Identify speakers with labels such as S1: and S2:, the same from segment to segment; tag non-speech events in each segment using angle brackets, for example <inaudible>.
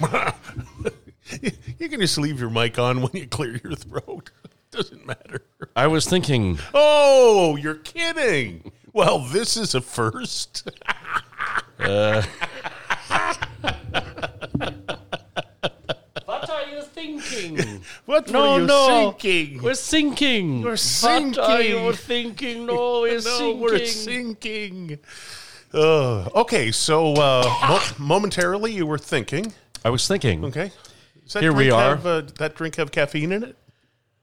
S1: <laughs> can just leave your mic on when you clear your throat. <laughs> Doesn't matter.
S2: I was thinking,
S1: Oh, you're kidding. Well, this is a first. <laughs>
S2: what are you thinking?
S1: What
S2: No,
S1: were you
S2: no.
S1: thinking?
S2: <laughs> We're sinking. We're What are
S1: sinking.
S2: you
S1: <laughs>
S2: thinking? No, we're
S1: no,
S2: sinking.
S1: we're sinking. Uh, okay, so uh, mo- momentarily you were thinking.
S2: I was thinking.
S1: Okay, Does that
S2: Here we
S1: drink
S2: are.
S1: Have, uh, that drink have caffeine in it?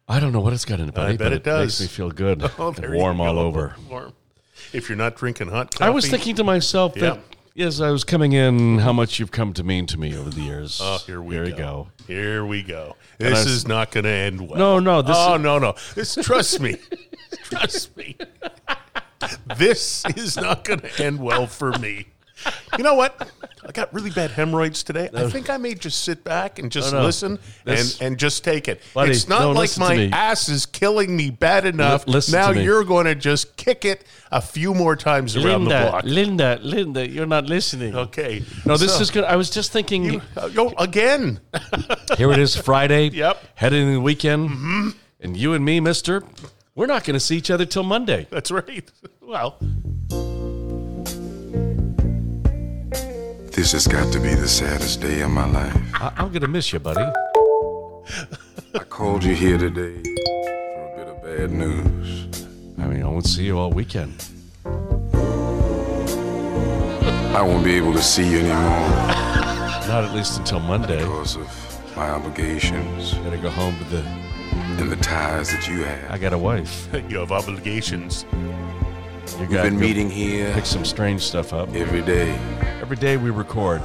S2: I don't know what it's got in it, buddy,
S1: bet
S2: but
S1: it
S2: it,
S1: does. Oh,
S2: makes me feel good.
S1: <laughs> there you
S2: warm all
S1: go.
S2: over.
S1: Warm. If you're not drinking hot coffee,
S2: I was thinking to myself that as I was coming in, how much you've come to mean to me over the years.
S1: Oh, here we
S2: you
S1: go. Here we go. This
S2: I was-
S1: is not going to end well.
S2: No, no, this
S1: oh
S2: is-
S1: no, no. This trust
S2: <laughs>
S1: me, trust me. this is not going to end well for me. You know what? I got really bad hemorrhoids today. I think I may just sit back and just
S2: No, no.
S1: listen
S2: This-
S1: and, and just take it.
S2: Buddy,
S1: it's not
S2: no,
S1: like
S2: listen to
S1: my
S2: me.
S1: ass is killing me bad enough.
S2: listen to
S1: now
S2: me.
S1: you're going to just kick it a few more times around the
S2: Linda,
S1: block.
S2: Linda, Linda, you're not listening.
S1: Okay.
S2: No, this
S1: So-
S2: is good. I was just thinking.
S1: <laughs> Uh, yo, again.
S2: Here it is <laughs> Friday.
S1: Yep.
S2: Heading into the weekend. Mm-hmm. And you and me, mister, we're not going to see each other till Monday.
S1: That's right. Well,
S3: This has got to be the saddest day of my life.
S2: I- I'm going to miss you, buddy.
S3: I called you here today for a bit of bad news.
S2: I mean, I won't see you all weekend.
S3: I won't be able to see you anymore
S2: Not at least until Monday. I'm
S3: because of my obligations
S2: going to go home with the.
S3: and the ties that you
S2: I
S3: have.
S2: got a
S3: <laughs>
S2: wife.
S1: you have obligations.
S2: You
S3: We've
S2: got
S3: been
S2: go
S3: meeting here
S2: Pick some strange stuff up.
S3: every day,
S2: Every day we record.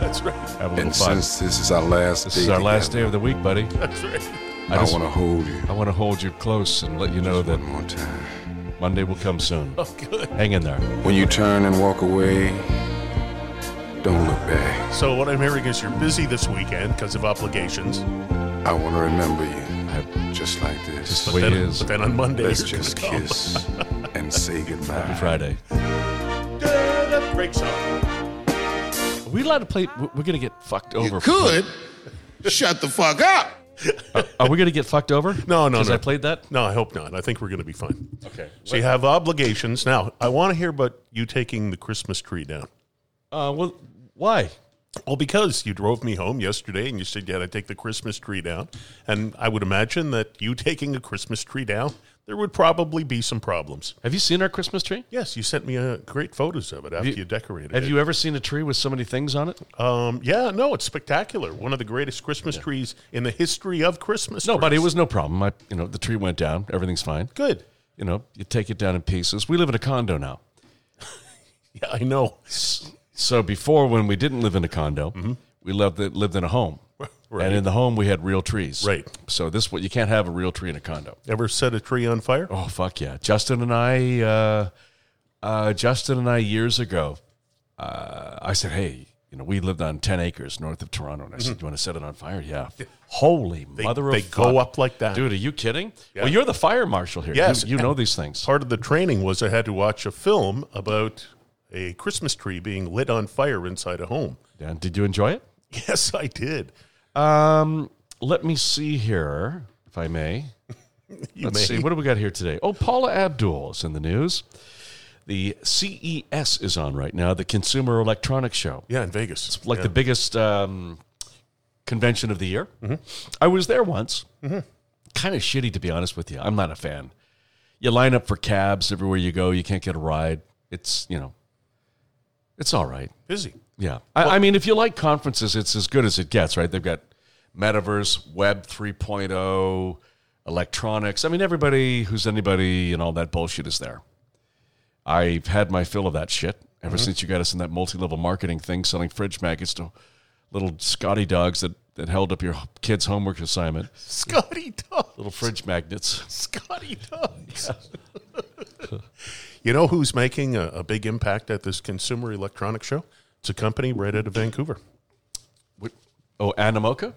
S1: That's right.
S2: Have a little
S3: and
S2: fun.
S3: since this is our last
S2: This
S3: day,
S2: is our last day
S3: together,
S2: of the week,
S3: <laughs>
S2: buddy.
S1: That's right.
S2: I
S3: I
S2: just
S3: want to hold you
S2: I want to hold you close and let you know that
S3: one more time.
S2: Monday will come <laughs> soon.
S1: Oh, good.
S2: Hang in there.
S3: When you turn and walk away, don't look back.
S1: So what I'm hearing is you're busy this weekend because of obligations.
S3: I want to remember you
S2: I-
S3: just like this.
S2: Just the way it
S1: then,
S2: is.
S1: but then on Monday,
S3: Let's
S1: you're
S3: just
S1: gonna come.
S2: <laughs>
S3: kiss and say goodbye.
S2: Friday.
S1: Da-da, Great song.
S2: Are we allowed to play? We're going to get fucked over.
S4: You could shut the fuck up.
S2: Are we going to get fucked over?
S1: No, no,
S2: Because
S1: no.
S2: I played that?
S1: No, I hope not. I think we're going to be fine.
S2: Okay.
S1: So you have obligations. Now, I want to hear about you taking the Christmas tree down.
S2: Uh, well, why?
S1: Well, because you drove me home yesterday and you said you had to take the Christmas tree down. And I would imagine that you taking a Christmas tree down, there would probably be some problems.
S2: Have you seen our Christmas tree?
S1: Yes, you sent me uh great photos of it after you,
S2: you-
S1: decorated
S2: Have
S1: it.
S2: you ever seen a tree with so many things on it?
S1: Um, yeah, no, it's spectacular. One of the greatest Christmas trees in the history of Christmas.
S2: No, buddy, it
S1: trees.
S2: was no problem. I, you know, the tree went down. Everything's fine.
S1: good.
S2: You know, you take it down in pieces. We live in a condo now.
S1: Yeah, I know.
S2: So before, when we didn't live in a condo, we lived lived in
S1: <laughs>
S2: a home,
S1: Mm-hmm. Right.
S2: and in the home we had real trees.
S1: Right.
S2: So this what you can't have a real tree in a condo.
S1: Ever set a tree on fire?
S2: Oh fuck yeah! Justin and I, uh, uh, Justin and I years ago, uh, I said, hey, you know, we lived on ten acres north of Toronto, and I said, you want to set it on fire? Yeah. Holy mother
S1: Mm-hmm. they
S2: of
S1: go
S2: fuck.
S1: up like that.
S2: dude. Are you kidding? Well, you're the fire marshal here. You-
S1: Yes.
S2: you, know these things.
S1: Part of the training was I had to watch a film about a Christmas tree being lit on fire inside a home. <laughs>
S2: Dan, did you enjoy it?
S1: Yes, I did.
S2: Um, let me see here, if I may.
S1: You
S2: Let's
S1: may.
S2: see. What do we got here today? Oh, Paula Abdul is in the news. The CES is on right now, the Consumer Electronics Show,
S1: Yeah, in Vegas.
S2: like the biggest um, convention of the year. Mm-hmm. I was there once. Kind of shitty, to be honest with you. I'm not a fan. You line up for cabs everywhere you go. You can't get a ride. It's you know, it's all right.
S1: busy.
S2: Yeah. I, I mean, if you like conferences, it's as good as it gets, right? They've got metaverse, web 3.0, electronics. I mean, everybody who's anybody and all that bullshit is there. I've had my fill of that shit ever since you got us in that multi level marketing thing selling fridge magnets to little Scotty dogs that, that held up your kid's homework <laughs> assignment.
S1: Scotty Dogs.
S2: Little fridge magnets. <laughs>
S1: Scotty Dogs. <laughs> you know who's making a, a big impact at this Consumer Electronics Show? It's a company right out of Vancouver.
S2: What- Oh, Animoca?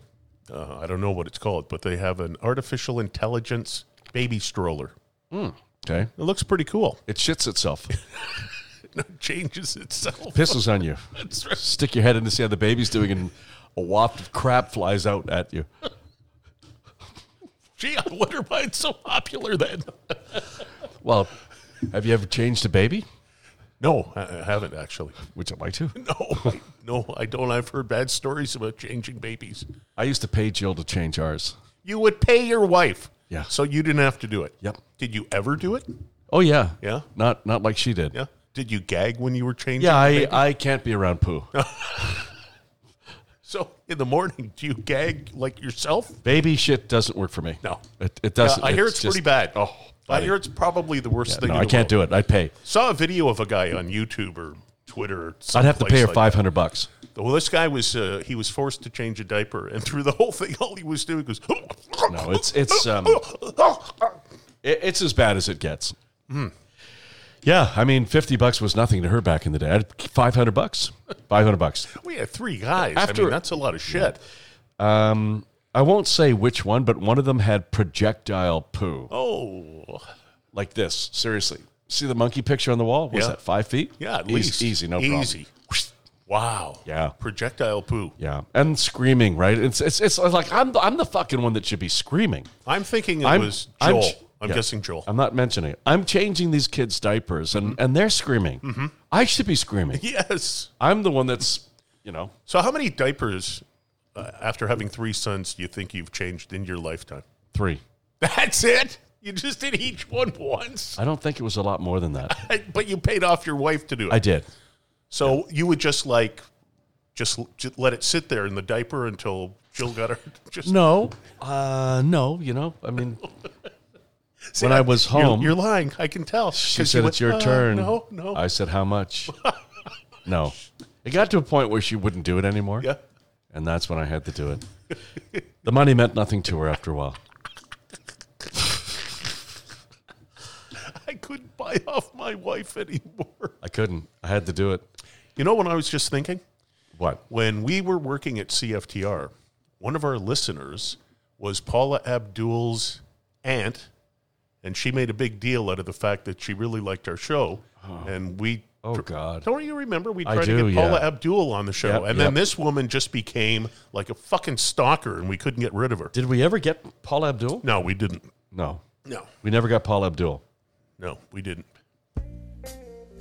S1: uh, I don't know what it's called, but they have an artificial intelligence baby stroller.
S2: Okay.
S1: It looks pretty cool. <laughs>
S2: It shits itself,
S1: It changes itself.
S2: <laughs>
S1: <laughs>
S2: pisses on you. Stick your head in to see how the baby's doing and a waft of crap flies out at you.
S1: Gee, I wonder why it's so popular then. <laughs>
S2: Well, have you ever changed a baby?
S1: No, I I haven't actually. <laughs>
S2: Would you like to?
S1: No, I- no, I don't. I've heard bad stories about changing babies.
S2: I used to pay Jill to change ours.
S1: You would pay your wife.
S2: Yeah.
S1: So you didn't have to do it.
S2: Yep.
S1: Did you ever do it?
S2: Oh yeah,
S1: Yeah?
S2: Not not like she did.
S1: Yeah. Did you gag when you were changing?
S2: Yeah,
S1: the
S2: I,
S1: baby?
S2: I can't be
S1: <laughs>
S2: around poo.
S1: so in the morning, do you gag like yourself?
S2: Baby shit doesn't work for me.
S1: No.
S2: it, it doesn't.
S1: Yeah, I hear it's,
S2: just-
S1: pretty bad. Oh, I
S2: I-
S1: hear it's probably the worst thing.
S2: No, I can't do it. I'd pay.
S1: Saw a video of a guy on YouTube or Twitter. Or
S2: I'd have to pay
S1: someplace
S2: her
S1: like
S2: five hundred bucks.
S1: that. Well, this guy was uh, he was forced to change a diaper, and through the whole thing, <laughs> all he was doing was
S2: No, it's it's um, it, it's as bad as it gets.
S1: Hmm.
S2: Yeah, I mean, fifty bucks was nothing to her back in the day. Five hundred bucks. Five hundred bucks.
S1: <laughs> we had three guys. I
S2: After-
S1: mean, that's a lot of shit.
S2: I won't say which one, but one of them had projectile poo
S1: Oh,
S2: like this. Seriously, see the monkey picture on the wall? Was
S1: Yeah.
S2: that five feet?
S1: yeah, at
S2: Eas-
S1: least
S2: easy, no problem.
S1: easy. <laughs> Wow.
S2: Yeah.
S1: Projectile poo.
S2: Yeah, and screaming, right? It's it's it's like I'm the, I'm the fucking one that should be screaming.
S1: I'm thinking it
S2: I'm-
S1: was
S2: I'm
S1: Joel. I'm,
S2: ch- yeah.
S1: guessing Joel.
S2: I'm not mentioning it. I'm changing these kids' diapers, and
S1: Mm-hmm.
S2: and they're screaming. I should be
S1: <laughs>
S2: screaming.
S1: yes.
S2: I'm the one that's you know.
S1: So, how many diapers uh, after having three sons do you think you've changed in your lifetime? <laughs>
S2: Three.
S1: That's it. You just did each one once,
S2: I don't think it was a lot more than that.
S1: but you paid off your wife to do it. <laughs>
S2: I did.
S1: so you would just like just, just let it sit there in the diaper until Jill got her. <laughs> Just
S2: No, uh, no. You know, I mean,
S1: <laughs> See,
S2: when I was
S1: you're-
S2: home-
S1: you're, lying. I can tell.
S2: she "Uh, said it's your turn.
S1: "Uh, No, no.
S2: I said how much? <laughs> no. It got to a point where she wouldn't do it anymore.
S1: yeah.
S2: and that's when I had to do it. the money meant nothing to her after a while.
S1: I couldn't buy off my wife anymore.
S2: I couldn't. I had to do it.
S1: You know what I was just thinking?
S2: What?
S1: When we were working at CFTR, one of our listeners was Paula Abdul's aunt, and she made a big deal out of the fact that she really liked our show. And we,
S2: Oh God.
S1: don't you remember? We
S2: I
S1: tried to
S2: do,
S1: get Paula
S2: yeah.
S1: Abdul on the show,
S2: Yep,
S1: and then
S2: yep.
S1: this woman just became like a fucking stalker, and we couldn't get rid of her.
S2: Did we ever get Paul Abdul?
S1: No, we didn't.
S2: No.
S1: No,
S2: We never got Paul Abdul.
S1: no, we didn't.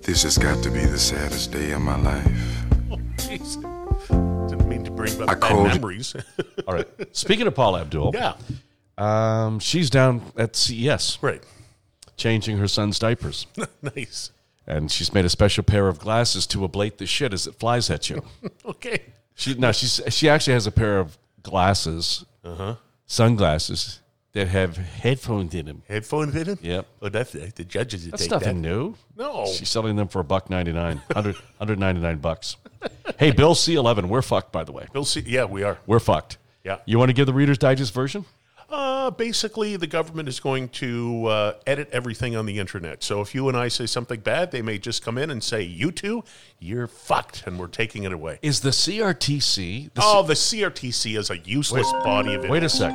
S3: This has got to be the saddest day of my life.
S1: Oh, jeez. Didn't mean to bring
S3: I
S1: back bad
S3: called-
S1: memories. <laughs>
S2: All right. Speaking of Paul Abdul,
S1: yeah,
S2: um, she's down at CES
S1: right.
S2: changing her son's <laughs> diapers.
S1: <laughs> nice.
S2: And she's made a special pair of glasses to ablate the shit as it flies at you.
S1: Okay.
S2: She no, she's she actually has a pair of glasses,
S1: Uh-huh.
S2: sunglasses that have headphones in them.
S1: Headphones in it?
S2: Yep,
S1: Oh, that's uh, the judges that
S2: that's
S1: take
S2: nothing
S1: that.
S2: new.
S1: No.
S2: She's selling them for a buck ninety nine, hundred hundred ninety nine bucks. Hey, Bill C eleven, we're fucked by the way.
S1: Bill C. Yeah, we are.
S2: We're fucked.
S1: Yeah.
S2: You want to give the Reader's Digest version?
S1: Uh, basically, the government is going to uh, edit everything on the internet. So if you and I say something bad, they may just come in and say, "You two, you're fucked," and we're taking it away.
S2: Is the CRTC? The
S1: Oh, the CRTC is a useless body of
S2: C-
S1: it.
S2: wait a sec.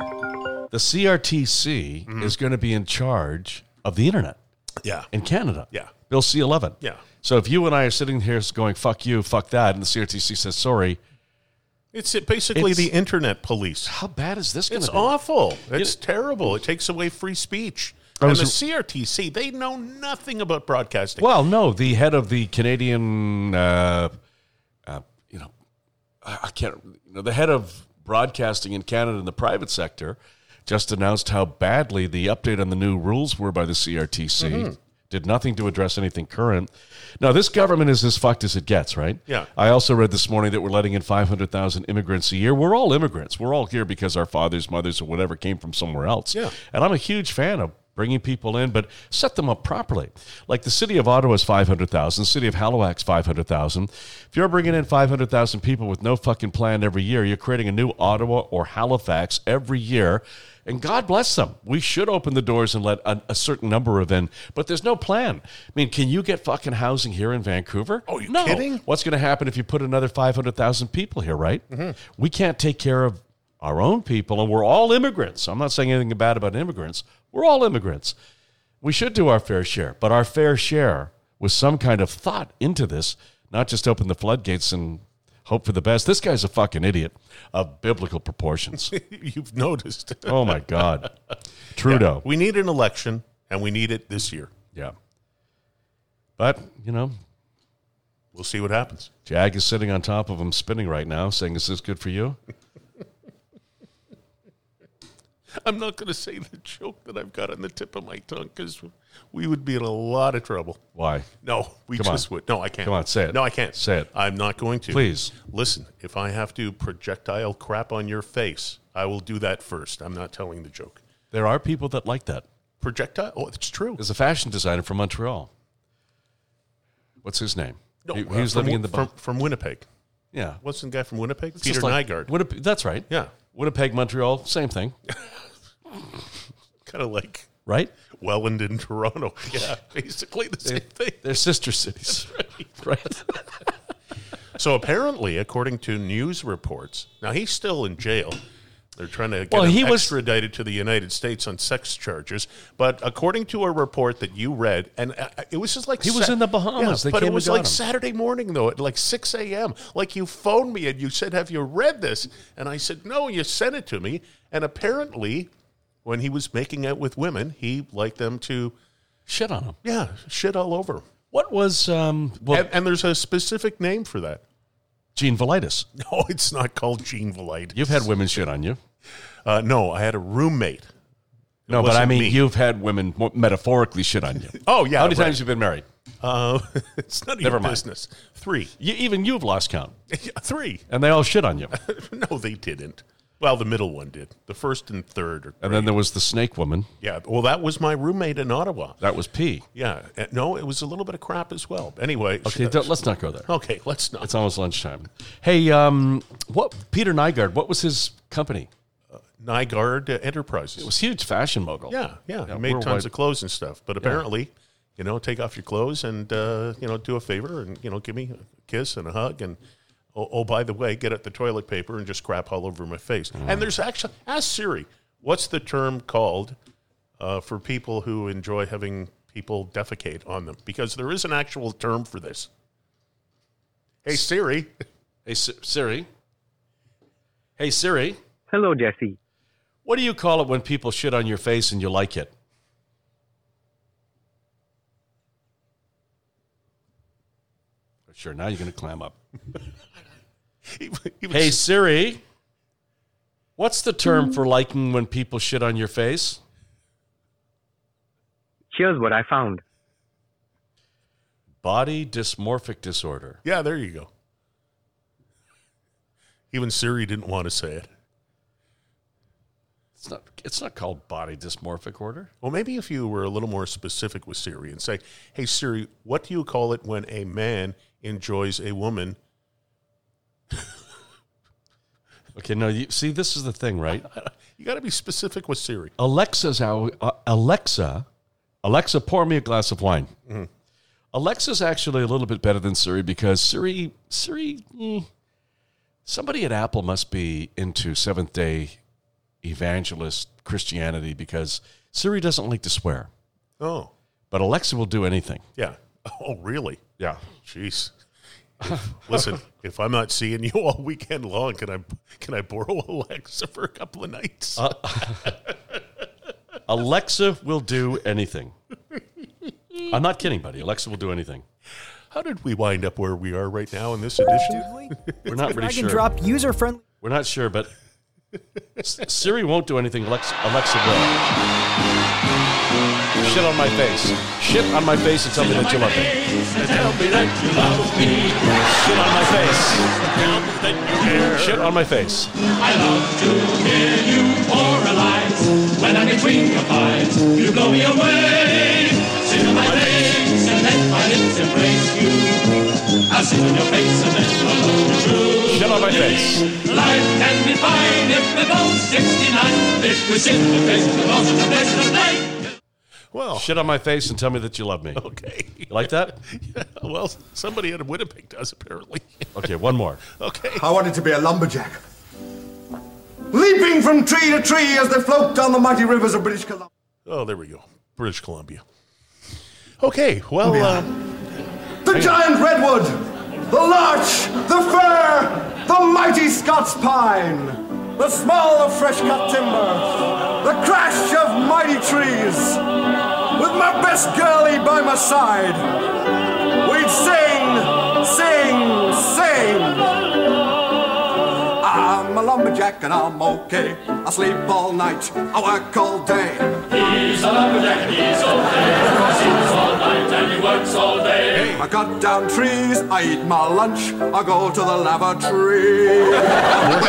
S2: The CRTC
S1: Mm-hmm.
S2: is going to be in charge of the internet
S1: yeah,
S2: in Canada.
S1: Yeah.
S2: Bill C eleven.
S1: Yeah.
S2: So if you and I are sitting here going "fuck you," "fuck that," and the CRTC says sorry,
S1: it's uh, basically
S2: It's-
S1: the internet police.
S2: how bad is this going
S1: It's
S2: to be?
S1: awful. It's terrible. It takes away free speech.
S2: I
S1: And
S2: was-
S1: the CRTC, they know nothing about broadcasting.
S2: Well, no, the head of the Canadian, uh, uh, you know, I I can't, you know, the head of broadcasting in Canada in the private sector just announced how badly the update on the new rules were by the CRTC.
S1: Mm-hmm.
S2: Did nothing to address anything current. Now, this government is as fucked as it gets, right?
S1: Yeah.
S2: I also read this morning that we're letting in 500,000 immigrants a year. We're all immigrants. We're all here because our fathers, mothers, or whatever came from somewhere else.
S1: Yeah.
S2: And I'm a huge fan of bringing people in, but set them up properly. Like the city of Ottawa is 500,000, the city of Halifax 500,000. If you're bringing in 500,000 people with no fucking plan every year, you're creating a new Ottawa or Halifax every year. And God bless them. We should open the doors and let a, a certain number of in, but there's no plan. I mean, can you get fucking housing here in Vancouver? Oh,
S1: you kidding?
S2: What's going to happen if you put another 500,000 people here, right? We can't take care of our own people, and we're all immigrants. I'm not saying anything bad about immigrants. We're all immigrants. We should do our fair share, but our fair share with some kind of thought into this, not just open the floodgates and hope for the best. This guy's a fucking idiot of biblical proportions.
S1: <laughs> You've noticed. <laughs>
S2: oh my God. Trudeau.
S1: We need an election, and we need it this year.
S2: Yeah. But, you know,
S1: We'll see what happens.
S2: Jag is sitting on top of him, spinning right now, saying, Is this good for you?
S1: I'm not going to say the joke that I've got on the tip of my tongue because we would be in a lot of trouble.
S2: Why?
S1: No, we
S2: Come on.
S1: just would. No, I can't.
S2: Come on, say it.
S1: No, I can't.
S2: Say it.
S1: I'm not going to.
S2: Please.
S1: Listen, if I have to projectile crap on your face, I will do that first. I'm not telling the joke.
S2: There are people that like that.
S1: Projectile? Oh, it's true.
S2: There's a fashion designer from Montreal. What's his name?
S1: No,
S2: he, he
S1: uh,
S2: was
S1: from
S2: living
S1: Wi-
S2: in the
S1: from,
S2: bu-
S1: from Winnipeg.
S2: yeah.
S1: What's the guy from Winnipeg?
S2: It's
S1: Peter
S2: just like
S1: Nygaard.
S2: Winnipeg, that's right.
S1: Yeah,
S2: Winnipeg, Montreal,
S1: <laughs>
S2: same thing,
S1: kind of like
S2: right?
S1: Welland in Toronto. <laughs> Yeah, basically the same thing.
S2: They're sister cities, <laughs> right?
S1: So apparently, according to news reports, now he's still in jail. They're trying to get
S2: Well,
S1: him
S2: he was-
S1: extradited to the United States on sex charges. But according to a report that you read, and uh, it was just like
S2: He was in the Bahamas. They
S1: but
S2: came
S1: it
S2: and
S1: was
S2: got
S1: like
S2: him.
S1: Saturday morning though, at like six a.m. Like you phoned me and you said, "Have you read this?" And I said, "No." You sent it to me, and apparently, when he was making out with women, he liked them to
S2: Shit on them.
S1: yeah shit all over. 'em.
S2: What was um? Well,
S1: and, and there's a specific name for that. <laughs>
S2: Gene Velitis.
S1: No, it's not called Gene Velitis.
S2: You've had women shit on you.
S1: Uh, no, I had a roommate.
S2: No, but I
S1: wasn't
S2: mean,
S1: me.
S2: you've had women mo- metaphorically shit
S1: <laughs>
S2: on you.
S1: Oh yeah,
S2: How many
S1: right.
S2: times you've been married?
S1: Uh, <laughs> it's none of
S2: Never
S1: your
S2: mind.
S1: business. Three, <laughs>
S2: You, even you've lost count,
S1: three. <laughs>
S2: and they all shit on you.
S1: No, they didn't. Well, the middle one did. The first and third. Are,
S2: And then there was the snake woman.
S1: yeah. Well, that was my roommate in Ottawa.
S2: That
S1: <laughs>
S2: was P.
S1: Yeah. uh, No, it was a little bit of crap as well. Anyway. sh-
S2: Okay, don't, let's not go there.
S1: okay. Let's not.
S2: It's almost lunchtime. Hey, um, what Peter Nygaard? What was his company?
S1: Nygaard uh,
S2: It
S1: Enterprises.
S2: was huge fashion mogul.
S1: Yeah, yeah. He
S2: Yeah,
S1: made tons
S2: worldwide.
S1: of clothes and stuff. But apparently, you know, take off your clothes and uh, you know, do a favor and you know, give me a kiss and a hug and oh, oh by the way, get out the toilet paper and just crap all over my face.
S2: Mm.
S1: And there's actually ask Siri, what's the term called uh, for people who enjoy having people defecate on them? Because there is an actual term for this. Hey Siri, <laughs>
S2: Hey Si- Siri. Hey Siri.
S5: Hello, Jesse.
S2: What do you call it when people shit on your face and you like it? Sure, now you're going to <laughs> clam up.
S1: he, he was-
S2: Hey Siri, what's the term for liking when people shit on your face?
S5: Here's what I found.
S2: Body dysmorphic disorder.
S1: yeah, there you go. Even Siri didn't want to say it.
S2: It's not it's not called body dysmorphic order.
S1: Well, maybe if you were a little more specific with Siri and say, "Hey Siri, what do you call it when a man enjoys a woman?"
S2: Okay, no, you see this is the thing, right?
S1: You got to be specific with Siri.
S2: Alexa's how uh, Alexa, Alexa, pour me a glass of wine. Alexa's actually a little bit better than Siri because Siri, Siri, eh, somebody at Apple must be into Seventh Day evangelist Christianity because Siri doesn't like to swear,
S1: Oh,
S2: but Alexa will do anything.
S1: yeah. <laughs> Oh, really?
S2: Yeah,
S1: Jeez. <laughs> Listen, if I'm not seeing you <laughs> all weekend long, can I can I borrow Alexa for a couple of nights?
S2: Uh. Alexa will do
S6: <laughs>
S2: anything. I'm not kidding, buddy. Alexa will do anything.
S1: How did we wind up where we are right now in this edition?
S2: We're not really
S6: Drag and
S2: sure.
S6: drop user friendly.
S2: We're not sure, but S- Siri won't do anything. Alexa, Alexa will. Shit on my face. Shit on my face and tell me that you love me. Shit on my face. Shit on my face.
S7: I love to hear you oralize when I'm between your thighs. You blow me away. Sit on my face and let my lips embrace you. I'll sit on your face and let my love be true.
S2: Shit on my face.
S7: Life can be fine if we're both 69. If we sit on the face, we're both in the place to play.
S1: Well,
S2: Shit on my face and tell me that you love me.
S1: okay.
S2: You like that?
S1: Well, somebody out of Winnipeg does apparently.
S2: Okay, one more.
S1: Okay.
S8: I wanted to be a lumberjack. Leaping from tree to tree as they float down the mighty rivers of British Columbia.
S1: Oh, there we go. British Columbia. Okay. Well, um,
S8: The giant redwood! the larch, the fir, the mighty Scots pine, the smell of fresh cut timber, the crash of mighty trees. With my best girlie by my side, we'd sing, sing, sing. I'm a lumberjack and I'm okay. I sleep all night, I work all day.
S7: He's a lumberjack and he's okay. He sleeps all night and he works all day.
S8: I cut down trees, I eat my lunch, I go to the lavatory.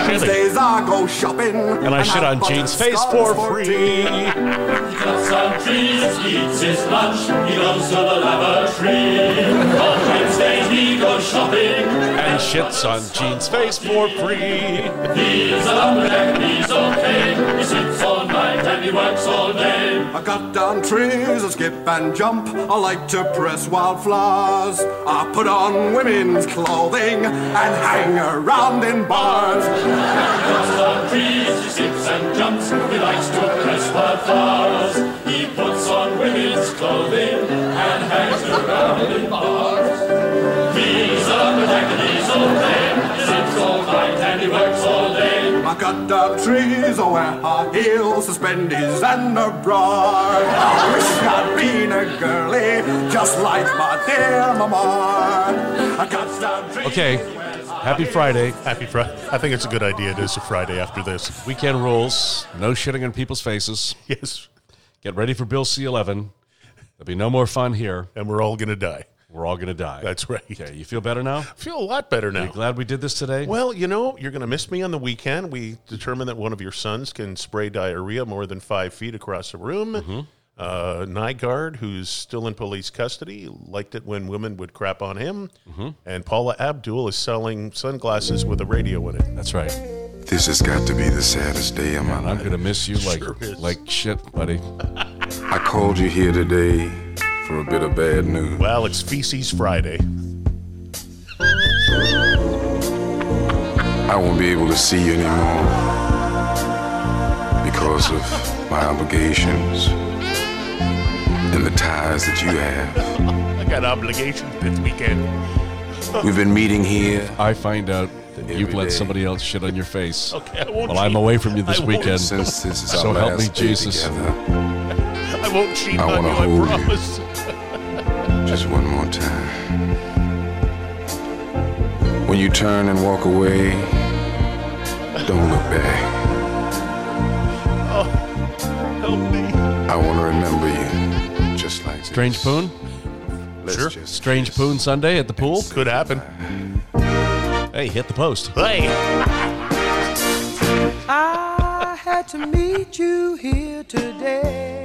S8: Wednesdays I go shopping. And
S6: I shit on
S8: buy
S6: Jane's face
S8: scones
S6: for
S7: He
S8: tea.
S7: cuts down trees, he eats his lunch, he goes to the lavatory. On Wednesdays he goes shopping.
S6: And shits on Gene's face for free.
S7: He's a lumberjack and he's okay. He sleeps all night and he works all day.
S8: I cut down trees, I skip and jump, I like to press wildflowers. I put on women's clothing and hang around in bars.
S7: Cuts down trees, he sits and jumps, he likes to press wildflowers. He puts on women's clothing and hangs around in bars. He's a lumberjack and he's okay. He sits all night and he works all day.
S8: I cut down trees, I wear high heels, suspenders and a bra. I wish I'd been a girly, just like my dear mama. I cut down trees.
S2: Okay. Happy Friday.
S1: Happy Friday. I think it's a good idea. It is a Friday after this.
S2: Weekend rules. No shitting on people's faces.
S1: Yes.
S2: Get ready for Bill C 11. There'll be no more fun here.
S1: And we're all going to die.
S2: We're all going to die.
S1: That's right.
S2: Okay. You feel better now?
S1: I feel a lot better now.
S2: You glad we did this today?
S1: Well, you know, you're going to miss me on the weekend. We determined that one of your sons can spray diarrhea more than five feet across a room. Uh, Nygaard, who's still in police custody, liked it when women would crap on him. And Paula Abdul is selling sunglasses with a radio in it.
S2: That's right.
S3: This has got to be the saddest day of my
S2: I'm
S3: life.
S2: going to miss you like,
S1: Sure is.
S2: like shit, buddy.
S3: I called you here today for a bit of bad news.
S1: Well, it's Feces Friday.
S3: I won't be able to see you anymore because of my obligations and the ties that you have.
S1: I got obligations this weekend.
S3: We've been meeting here
S2: I find out that you've
S3: Every
S2: let
S3: day.
S2: somebody else shit on your face.
S1: Okay, I won't
S2: Well, I'm
S1: cheat.
S2: away from you this
S1: I won't-
S2: weekend.
S3: since this is our
S2: So help
S3: last
S2: me,
S3: day
S2: Jesus.
S3: together.
S1: I won't cheat
S3: I
S1: on
S3: wanna
S1: you,
S3: hold you.
S1: I promise.
S3: Just one more time. When you turn and walk away, don't look back.
S1: Help me.
S3: I want to remember you just like this.
S2: Strange Poon?
S3: Let's
S1: Sure.
S3: just
S2: Strange Poon Sunday at the pool?
S1: Could happen.
S2: Hey, hit the post.
S1: Hey,
S9: I had to meet you here today.